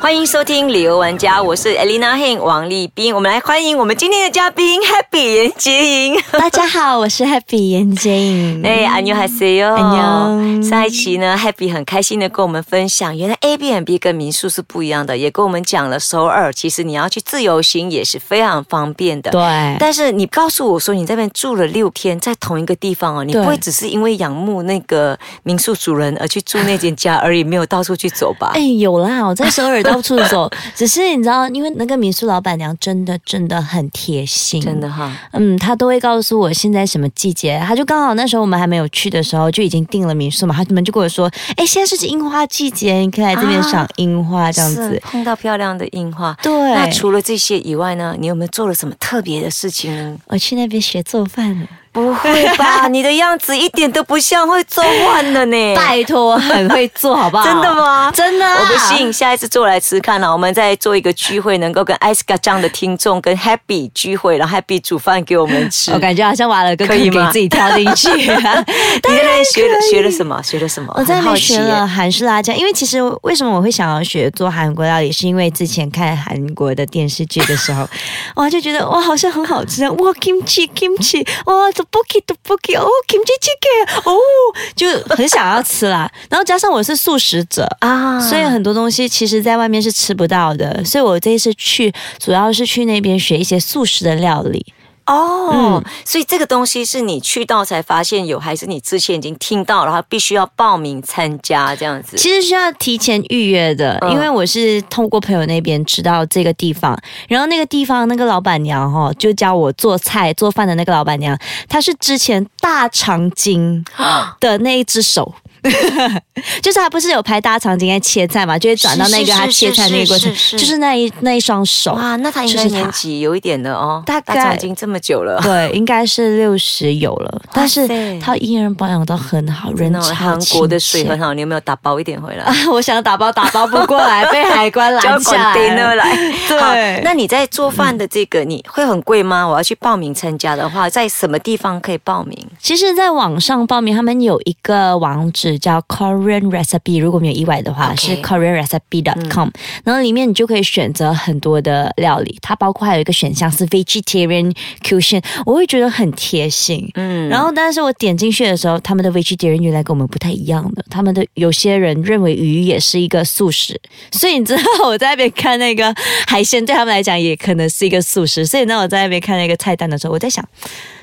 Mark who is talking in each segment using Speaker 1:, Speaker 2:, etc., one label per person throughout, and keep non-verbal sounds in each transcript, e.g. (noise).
Speaker 1: 欢迎收听旅游玩家，我是 Elena Heng 王立斌，我们来欢迎我们今天的嘉宾 Happy 严洁莹。
Speaker 2: 大家好，我是 Happy 严洁颖。
Speaker 1: 哎，안녕하세요。
Speaker 2: 嗯 안녕
Speaker 1: 上一期呢，Happy 很开心的跟我们分享，原来 Airbnb 跟民宿是不一样的，也跟我们讲了首尔，其实你要去自由行也是非常方便的。
Speaker 2: 对，
Speaker 1: 但是你告诉我说你这边住了六天，在同一个地方哦，你
Speaker 2: 对
Speaker 1: 不会只是因为仰慕那个民宿主人而去住那间家而已，没有到处去走吧？
Speaker 2: 哎，有啦，我在首尔到处
Speaker 1: (laughs)
Speaker 2: 走，只是你知道，因为那个民宿老板娘真的真的很贴心，
Speaker 1: 真的。哈，
Speaker 2: 嗯，她都会告诉我现在什么季节，她就刚好那时候我们还没有去的时候就已经订了民宿嘛，他们就跟我说，哎，现在是樱花季节，你可以来这边赏樱花、这样
Speaker 1: 是
Speaker 2: 子。
Speaker 1: 碰到漂亮的樱花。
Speaker 2: 对，
Speaker 1: 那除了这些以外呢，你有没有做了什么特别的事情呢？
Speaker 2: 我去那边学做饭
Speaker 1: (laughs)
Speaker 2: 了，
Speaker 1: 不会
Speaker 2: (laughs)
Speaker 1: 吧，你的样子一点都不像会做饭的呢。
Speaker 2: 拜托，很会做，好不好？
Speaker 1: (laughs) 真的？吗？
Speaker 2: (laughs) 真的啊、
Speaker 1: 我不信，下一次做来吃看了、啊我们再做一个聚会，能够跟 i c e 酱的听众跟 Happy 聚会，然后 Happy 煮饭给我们吃。
Speaker 2: (laughs) 我感觉好像挖了个
Speaker 1: 可
Speaker 2: 坑
Speaker 1: 以
Speaker 2: 给
Speaker 1: 吗
Speaker 2: 自己跳进去。
Speaker 1: (laughs)
Speaker 2: 啊
Speaker 1: 你在那边学了学了什么？学了什么？
Speaker 2: 我在那
Speaker 1: 很好
Speaker 2: 边
Speaker 1: 奇
Speaker 2: 学了
Speaker 1: 耶。
Speaker 2: 韩式辣酱，因为其实为什么我会想要学做韩国料理，是因为之前看韩国的电视剧的时候， (laughs) 哇就觉得哇好像很好吃啊，哇 kimchi kimchi，哇 tteokbokki tteokbokki，哦 kimchi chicken，哦就很想要吃啦。然后加上我是素食者。
Speaker 1: 啊
Speaker 2: 所以很多东西其实在外面是吃不到的，所以我这一次去主要是去那边学一些素食的料理。
Speaker 1: 哦，
Speaker 2: 嗯
Speaker 1: 所以这个东西是你去到才发现有，还是你之前已经听到，然后必须要报名参加这样子？
Speaker 2: 其实需要提前预约的，
Speaker 1: 嗯
Speaker 2: 因为我是通过朋友那边知道这个地方，然后那个地方那个老板娘哈、哦，就教我做菜做饭的那个老板娘，她是之前大长
Speaker 1: (gasps)
Speaker 2: 今的那一只手。 (laughs) 就是她不是有拍大长今在切菜嘛，就会转到那
Speaker 1: 是是
Speaker 2: 个她切菜那个过程，
Speaker 1: 是是是是
Speaker 2: 就是那一那一双手，
Speaker 1: 哇，那他应该
Speaker 2: 就是他
Speaker 1: 年纪有一点了哦，
Speaker 2: 大概
Speaker 1: 他已经这么久了。
Speaker 2: 对，应该是六十有了，但是
Speaker 1: 塞
Speaker 2: 她依然保养到很好，人
Speaker 1: 那
Speaker 2: 超
Speaker 1: 韩国的
Speaker 2: 亲
Speaker 1: 水
Speaker 2: 切
Speaker 1: 很好，你有没有打包一点回来？
Speaker 2: (laughs) 我想打包打包不过来，被海关拦
Speaker 1: 就
Speaker 2: 下来了
Speaker 1: container 来。
Speaker 2: (laughs) 对
Speaker 1: 好那你在做饭的这个，你会很贵吗？我要去报名参加的话，在什么地方可以报名？
Speaker 2: 其实，在网上报名，他们有一个网址叫 Korean Recipe，如果没有意外的话
Speaker 1: OK 嗯
Speaker 2: 是 KoreanRecipe.com，、然后里面你就可以选择很多的料理，它包括还有一个选项是 Vegetarian Cuisine，我会觉得很贴心。
Speaker 1: 嗯，
Speaker 2: 然后，但是我点进去的时候，他们的 vegetarian 原来跟我们不太一样的，他们的有些人认为鱼也是一个素食，所以你知道我在那边看那个海鲜，对他们来讲也可能是一个素食。所以呢，我在那边看那个菜单的时候，我在想，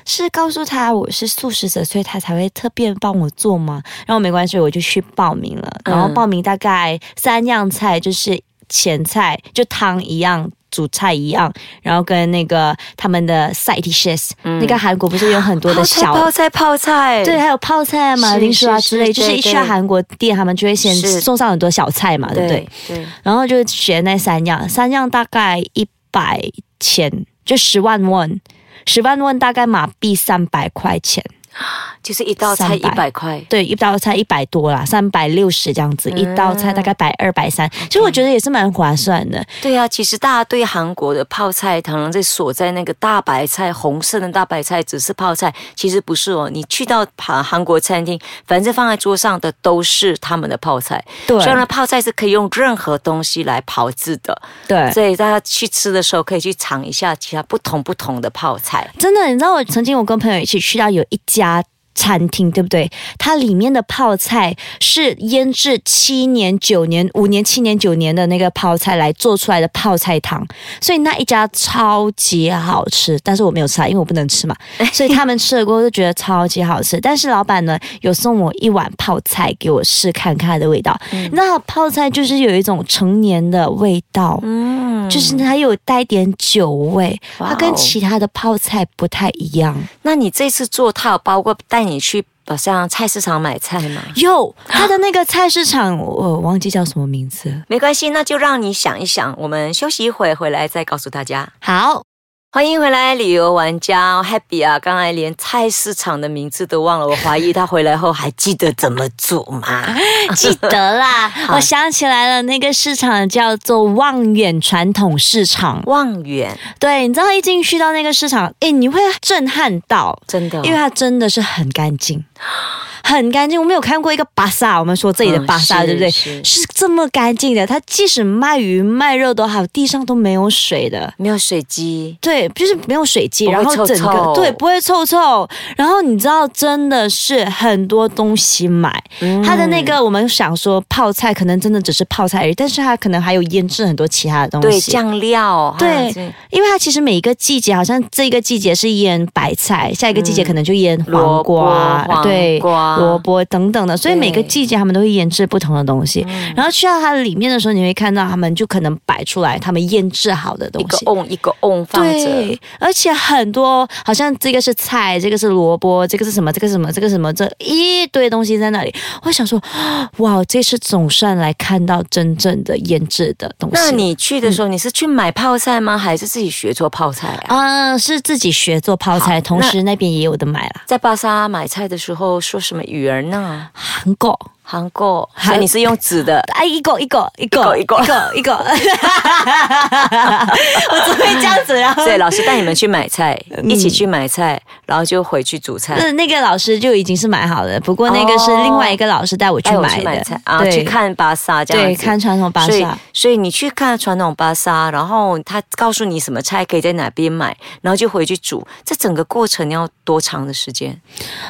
Speaker 2: 是告诉他我是素食者，所以他才会特别帮我做吗？然后没关系，我就去报名了。然
Speaker 1: 嗯
Speaker 2: 后报名大概三样菜，就是前菜就汤一样。主菜一样，然后跟那个他们的 side dishes，、那个韩国不是有很多的
Speaker 1: 嗯
Speaker 2: 小
Speaker 1: 泡菜哦泡菜，
Speaker 2: 对，还有泡菜啊、马
Speaker 1: 是
Speaker 2: 铃薯啊
Speaker 1: 是
Speaker 2: 之类，
Speaker 1: 是
Speaker 2: 就是
Speaker 1: 对
Speaker 2: 一去
Speaker 1: 对
Speaker 2: 到韩国店，他们就会先
Speaker 1: 是
Speaker 2: 送上很多小菜嘛，对不对
Speaker 1: 对？对，
Speaker 2: 然后就学那三样，三样大概一百钱，就十万won，十万won 大概马币三百块钱，
Speaker 1: 就是一道菜一
Speaker 2: 300
Speaker 1: 百块。
Speaker 2: 对，一道菜一百多啦，三百六十这样子，一道菜大概百二百三，其实我觉得也是蛮划算的。
Speaker 1: 对啊，其实大家对韩国的泡菜，常常在锁在那个大白菜、红色的大白菜，只是泡菜，其实不是哦。你去到韩韩国餐厅，反正放在桌上的都是他们的泡菜。
Speaker 2: 对
Speaker 1: 所以呢，泡菜是可以用任何东西来炮制的。
Speaker 2: 对，
Speaker 1: 所以大家去吃的时候，可以去尝一下其他不同不同的泡菜。
Speaker 2: 真的，你知道我曾经我跟朋友一起去到有一家。餐厅对不对？它里面的泡菜是腌制七年、九年、五年、七年、九年的那个泡菜来做出来的泡菜汤，所以那一家超级好吃。但是我没有吃啊，因为我不
Speaker 1: (laughs)
Speaker 2: 能吃嘛，所以他们吃了过后就觉得超级好吃。但是老板呢有送我一碗泡菜给我试看看它的味道，
Speaker 1: 嗯
Speaker 2: 那泡菜就是有一种成年的味道，
Speaker 1: 嗯，
Speaker 2: 就是它有带点酒味，
Speaker 1: 哇哦
Speaker 2: 它跟其他的泡菜不太一样。
Speaker 1: 那你这次做，它有包括带你去好像菜市场买菜吗？
Speaker 2: 有它的那个菜市场，我我忘记叫什么名字了。
Speaker 1: 没关系，那就让你想一想。我们休息一会，回来再告诉大家。
Speaker 2: 好，
Speaker 1: 欢迎回来，旅游玩家 Happy 啊！刚才连菜市场的名字都忘了，我怀疑他回来后还记得怎么煮吗？
Speaker 2: 啊记得 (laughs) 啦，我想起来了，那个市场叫做望远传统市场。
Speaker 1: 望远，
Speaker 2: 对，你知道一进去到那个市场，诶，你会震撼到，
Speaker 1: 真的哦、
Speaker 2: 因为它真的是很干净，很干净。我没有看过一个巴萨，我们说自己的巴萨，
Speaker 1: 嗯
Speaker 2: 对不对？
Speaker 1: 是
Speaker 2: 哦是这么干净的，它即使卖鱼卖肉都好，地上都没有水的。
Speaker 1: 没有水机，
Speaker 2: 对，就是没有水迹，
Speaker 1: 不会
Speaker 2: 然后
Speaker 1: 臭
Speaker 2: 整个
Speaker 1: 臭
Speaker 2: 对不会臭臭。然后你知道，真的是很多东西买，
Speaker 1: 嗯
Speaker 2: 它的那个我们想说泡菜可能真的只是泡菜而已，但是它可能还有腌制很多其他的东
Speaker 1: 对
Speaker 2: 西。
Speaker 1: 酱料，
Speaker 2: 对
Speaker 1: 啊这
Speaker 2: 因为它其实每一个季节，好像这个季节是腌白菜，下一个季节可能就腌
Speaker 1: 嗯
Speaker 2: 黄
Speaker 1: 萝卜
Speaker 2: 瓜，
Speaker 1: 黄
Speaker 2: 对，
Speaker 1: 瓜
Speaker 2: 萝卜等等的，所以
Speaker 1: 对嗯
Speaker 2: 每个季节他们都会腌制不同的东西。然后去到它里面的时候，你会看到他们就可能摆出来他们腌制好的东
Speaker 1: 一个
Speaker 2: 西。
Speaker 1: 瓮一个瓮放着，
Speaker 2: 对，而且很多好像这个是菜，这个是萝卜，这个是什么，这个是什么，这个是什么，这一堆东西在那里。我想说， (gasps) 哇，这次总算来看到真正的腌制的东西。
Speaker 1: 那你去的时候，你是去买泡菜吗？还是自己学做泡菜啊？
Speaker 2: 嗯，是自己学做泡菜，同时那边也有的买啦。
Speaker 1: 在巴沙买菜的时候说什么语儿呢？
Speaker 2: 韩国，
Speaker 1: 韩
Speaker 2: (laughs)
Speaker 1: 国，
Speaker 2: 韩
Speaker 1: 所以你是用纸
Speaker 2: (laughs)
Speaker 1: 的
Speaker 2: 哎，一个一个一个
Speaker 1: 一个
Speaker 2: 一个一个，我只会这样
Speaker 1: (laughs)
Speaker 2: 子，然后
Speaker 1: 所以老师带你们去买菜，
Speaker 2: 嗯
Speaker 1: 一起去买菜，然后就回去煮菜，
Speaker 2: 那那个老师就已经是买好了，不过那个是
Speaker 1: 哦
Speaker 2: 另外一个老师带我去
Speaker 1: 带我
Speaker 2: 买
Speaker 1: 去
Speaker 2: 的，
Speaker 1: 买菜啊，
Speaker 2: 对
Speaker 1: 去看巴萨这样
Speaker 2: 对
Speaker 1: 子
Speaker 2: 看传统巴
Speaker 1: 所以
Speaker 2: 萨，，
Speaker 1: 所以你去看传统巴萨，然后他告诉你什么菜可以在哪边买，然后就回去煮。这整个过程要多长的时间？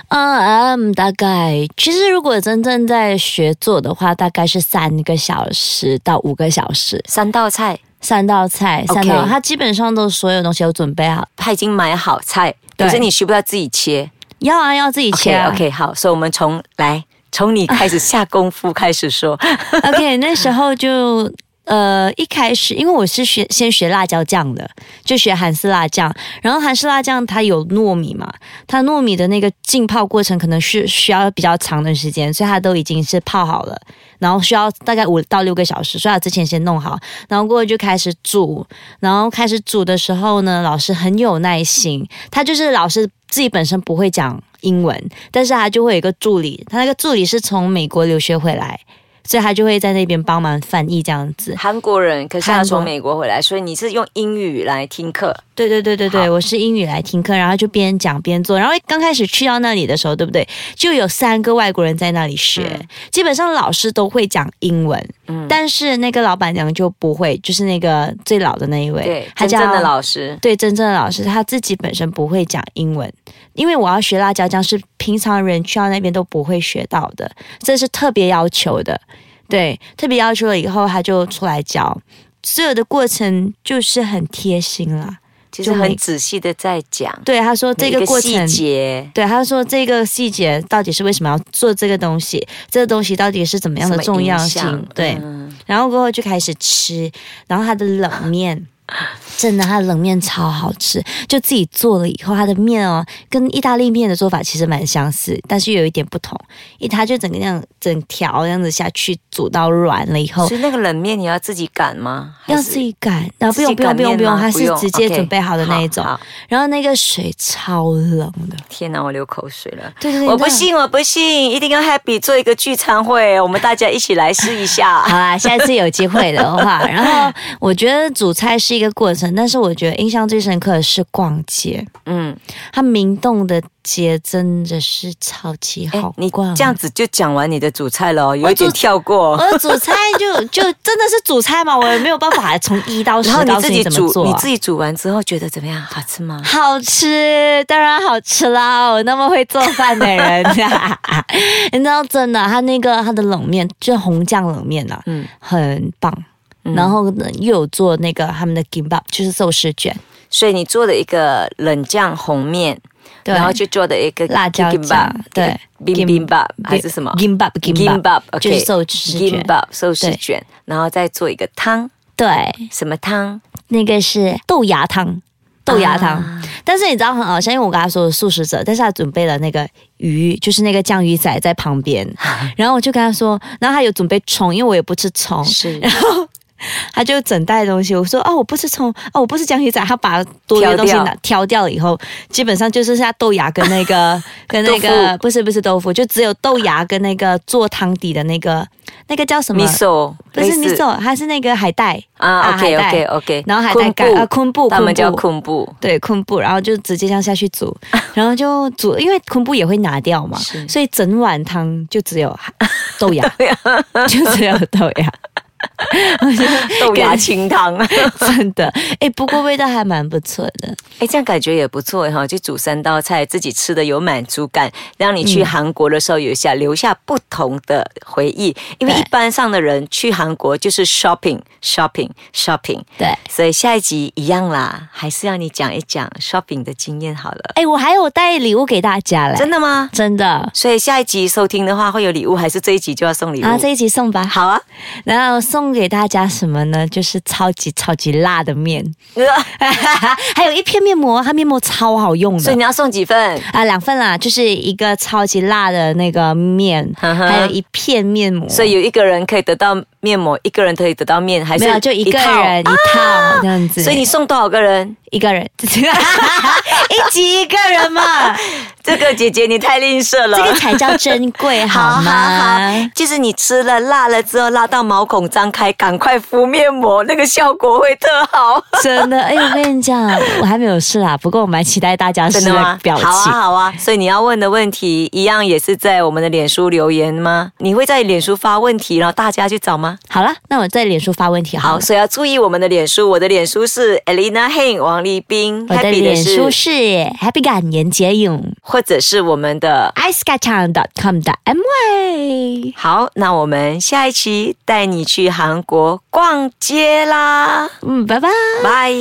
Speaker 2: 嗯嗯，大概其实如果真正在学做的话，大概是三个小时到五个小时，
Speaker 1: 三道菜，
Speaker 2: 三道菜，三
Speaker 1: OK
Speaker 2: 道，它基本上都所有东西都准备好，
Speaker 1: 他已经买好菜，
Speaker 2: 对
Speaker 1: 可是你需不要自己切。
Speaker 2: 要啊要自己切
Speaker 1: OK
Speaker 2: 啊
Speaker 1: OK，好，所以我们从来从你开始下功夫开始
Speaker 2: (laughs)
Speaker 1: 说，
Speaker 2: OK，那时候就呃一开始，因为我是学先学辣椒酱的，就学韩式辣酱。然后韩式辣酱它有糯米嘛，它糯米的那个浸泡过程可能是需要比较长的时间，所以它都已经是泡好了，然后需要大概五到六个小时，所以它之前先弄好，然后过后就开始煮。然后开始煮的时候呢，老师很有耐心，他就是老师自己本身不会讲英文，但是他就会有一个助理，他那个助理是从美国留学回来，所以他就会在那边帮忙翻译这样子。
Speaker 1: 韩国人，可是他
Speaker 2: 韩国
Speaker 1: 从美国回来，所以你是用英语来听课。
Speaker 2: 对对对对对，
Speaker 1: 好
Speaker 2: 我是英语来听课，然后就边讲边做。然后刚开始去到那里的时候，对不对？就有三个外国人在那里学，
Speaker 1: 嗯
Speaker 2: 基本上老师都会讲英文，
Speaker 1: 嗯，
Speaker 2: 但是那个老板娘就不会，就是那个最老的那一位，
Speaker 1: 对，
Speaker 2: 她
Speaker 1: 真
Speaker 2: 叫
Speaker 1: 正的老师。
Speaker 2: 对，真正的老师他自己本身不会讲英文，因为我要学辣椒酱是平常人去到那边都不会学到的，这是特别要求的。对，特别要求了以后，他就出来教，所有的过程就是很贴心啦。
Speaker 1: 其实
Speaker 2: 就
Speaker 1: 很
Speaker 2: 每
Speaker 1: 仔细的在讲
Speaker 2: 对，他说这
Speaker 1: 每
Speaker 2: 个过
Speaker 1: 细
Speaker 2: 程。
Speaker 1: 节。
Speaker 2: 对，他说这个细节到底是为什么要做这个东西，这个东西到底是怎么样的
Speaker 1: 什么
Speaker 2: 重
Speaker 1: 影
Speaker 2: 要
Speaker 1: 响
Speaker 2: 性？对，
Speaker 1: 嗯
Speaker 2: 然后过后就开始吃，然后他的冷面。真的，他的冷面超好吃，就自己做了以后，他的面哦，跟意大利面的做法其实蛮相似，但是又有一点不同。一，他就整个那样整条这样子下去煮到软了以后，
Speaker 1: 所以那个冷面你要自己擀吗？还
Speaker 2: 要
Speaker 1: 是
Speaker 2: 自己擀，然啊后不
Speaker 1: 自己
Speaker 2: 用不用
Speaker 1: 擀
Speaker 2: 不用
Speaker 1: 面
Speaker 2: 不用，
Speaker 1: 吗
Speaker 2: 他是直接
Speaker 1: OK，
Speaker 2: 准备好的那一种。
Speaker 1: 好好
Speaker 2: 然后那个水超冷的，
Speaker 1: 天哪，我流口水了。
Speaker 2: 对对对，
Speaker 1: 我
Speaker 2: 你知
Speaker 1: 不
Speaker 2: 道。
Speaker 1: 信，我不信，一定要 happy 做一个聚餐会，我们大家一起来试一下。
Speaker 2: (laughs) 好啦，下次有机会的
Speaker 1: (laughs)
Speaker 2: 话，然后我觉得煮菜是一个过程，但是我觉得印象最深刻的是逛街。
Speaker 1: 嗯，
Speaker 2: 它明洞的街真的是超级
Speaker 1: 哎
Speaker 2: 好，
Speaker 1: 你
Speaker 2: 逛。啊
Speaker 1: 这样子就讲完你的主菜了哦，有一点
Speaker 2: 主
Speaker 1: 跳过。
Speaker 2: 我煮菜就就真的是煮菜嘛，我也没有办法从一到十
Speaker 1: 然后
Speaker 2: 告
Speaker 1: 你
Speaker 2: 诉
Speaker 1: 自
Speaker 2: 你
Speaker 1: 己
Speaker 2: 怎么
Speaker 1: 煮，
Speaker 2: 做、
Speaker 1: 你
Speaker 2: 啊
Speaker 1: 自。己煮完之后觉得怎么样？好吃吗？
Speaker 2: 好吃，当然好吃啦！我那么会做饭的人、 (laughs) 你知道真的，它那个它的冷面就是红酱冷面啊，
Speaker 1: 嗯
Speaker 2: 很棒。然后呢又有做那个他们的 gimbap，就是寿司卷，
Speaker 1: 所以你做的一个冷酱红面，
Speaker 2: 对
Speaker 1: 然后就做的一个
Speaker 2: 辣椒酱
Speaker 1: bibimbap，
Speaker 2: 对
Speaker 1: 一个 bibimbap 还是什么
Speaker 2: gimbap gimbap
Speaker 1: ？gimbap，
Speaker 2: 就是寿司卷
Speaker 1: gimbap 寿司
Speaker 2: 对
Speaker 1: 卷，然后再做一个汤，
Speaker 2: 对，
Speaker 1: 什么汤？
Speaker 2: 那个是豆芽汤，豆芽汤。
Speaker 1: 啊
Speaker 2: 但是你知道很好笑，因为我跟他说我是素食者，但是他准备了那个鱼，就是那个酱鱼仔
Speaker 1: (laughs)
Speaker 2: 在旁边，然后我就跟他说，然后他有准备葱，因为我也不吃葱，
Speaker 1: 是，
Speaker 2: 他就整袋东西，我说哦，我不是从哦，我不是江鱼仔，他把多余的东西
Speaker 1: 挑掉
Speaker 2: 拿挑掉以后，基本上就是剩下豆芽跟
Speaker 1: (laughs)
Speaker 2: 那个跟那
Speaker 1: 豆
Speaker 2: 个不是不是豆腐，就只有豆芽跟那个做汤底的那个那个叫什么？
Speaker 1: miso
Speaker 2: 不是
Speaker 1: 类
Speaker 2: 米
Speaker 1: 似
Speaker 2: 索，它是那个海带
Speaker 1: 啊，OK
Speaker 2: 海
Speaker 1: OK
Speaker 2: 带
Speaker 1: OK，
Speaker 2: 然后海带干啊，昆布，
Speaker 1: 他们叫
Speaker 2: 昆布，
Speaker 1: 昆
Speaker 2: (laughs)
Speaker 1: 布，
Speaker 2: 对昆布，然后就直接这样下去
Speaker 1: (laughs)
Speaker 2: 煮，然后就煮，因为昆布也会拿掉嘛
Speaker 1: 是，
Speaker 2: 所以整碗汤就只有海豆
Speaker 1: (laughs)
Speaker 2: 芽，就只有豆芽， (laughs)
Speaker 1: 豆芽清汤。
Speaker 2: 真的，哎，不过味道还蛮不错的，
Speaker 1: (laughs) 哎，这样感觉也不错哈，就煮三道菜，自己吃的有满足感，让你
Speaker 2: 嗯
Speaker 1: 去韩国的时候有一下留下不同的回忆。因为
Speaker 2: 对
Speaker 1: 一般上的人去韩国就是 shopping shopping shopping，
Speaker 2: 对。
Speaker 1: 所以下一集一样啦，还是要你讲一讲 shopping 的经验好了。
Speaker 2: 哎，我还有带礼物给大家嘞，
Speaker 1: 真的吗？
Speaker 2: 真的
Speaker 1: 所以下一集收听的话会有礼物，还是这一集就要送礼物？
Speaker 2: 啊，这一集送吧。 (laughs)
Speaker 1: 好啊，
Speaker 2: 然后送给大家什么呢？就是超级超级辣的面， (laughs) 还有一片面膜，它面膜超好用
Speaker 1: 所以
Speaker 2: 的。
Speaker 1: 你要送几份？
Speaker 2: 啊，两份啦，就是一个超级辣的那个面，
Speaker 1: 嗯哼
Speaker 2: 还有一片面膜。
Speaker 1: 所以有一个人可以得到面膜，一个人可以得到面，还是
Speaker 2: 没有，就一个
Speaker 1: 套啊
Speaker 2: 人一套这样子。
Speaker 1: 所以你送多少个人？
Speaker 2: 一个人， (laughs) 一集一个
Speaker 1: (laughs)
Speaker 2: 人嘛，
Speaker 1: 这个姐姐你太吝啬了。
Speaker 2: (laughs) 这个才叫珍
Speaker 1: (laughs)
Speaker 2: 贵，
Speaker 1: 好好
Speaker 2: 好
Speaker 1: 好
Speaker 2: 吗？，
Speaker 1: 就是你吃了辣了之后，辣到毛孔张开，赶快敷面膜，那个效果会特好。
Speaker 2: (laughs) 真的，哎，我跟你讲，我还没有试啦，不过我蛮期待大家试
Speaker 1: 真的吗
Speaker 2: 的？表情。
Speaker 1: 好啊，好啊。所以你要问的问题一样也是在我们的脸书留言吗？你会在脸书发问题，然后大家去找吗？
Speaker 2: 好了，那我在脸书发问题好
Speaker 1: 好，
Speaker 2: 了。
Speaker 1: 所以要注意我们的脸书。我的脸书是 Elena Heng 王立斌
Speaker 2: 我的
Speaker 1: ，Happy
Speaker 2: 脸书
Speaker 1: 是，
Speaker 2: 是 Happy 感言杰勇
Speaker 1: 或者是我们的。
Speaker 2: i c e g a t a n c o m 的 my。
Speaker 1: 好，那我们下一期带你去韩国逛街啦，
Speaker 2: 嗯，拜拜。
Speaker 1: 拜。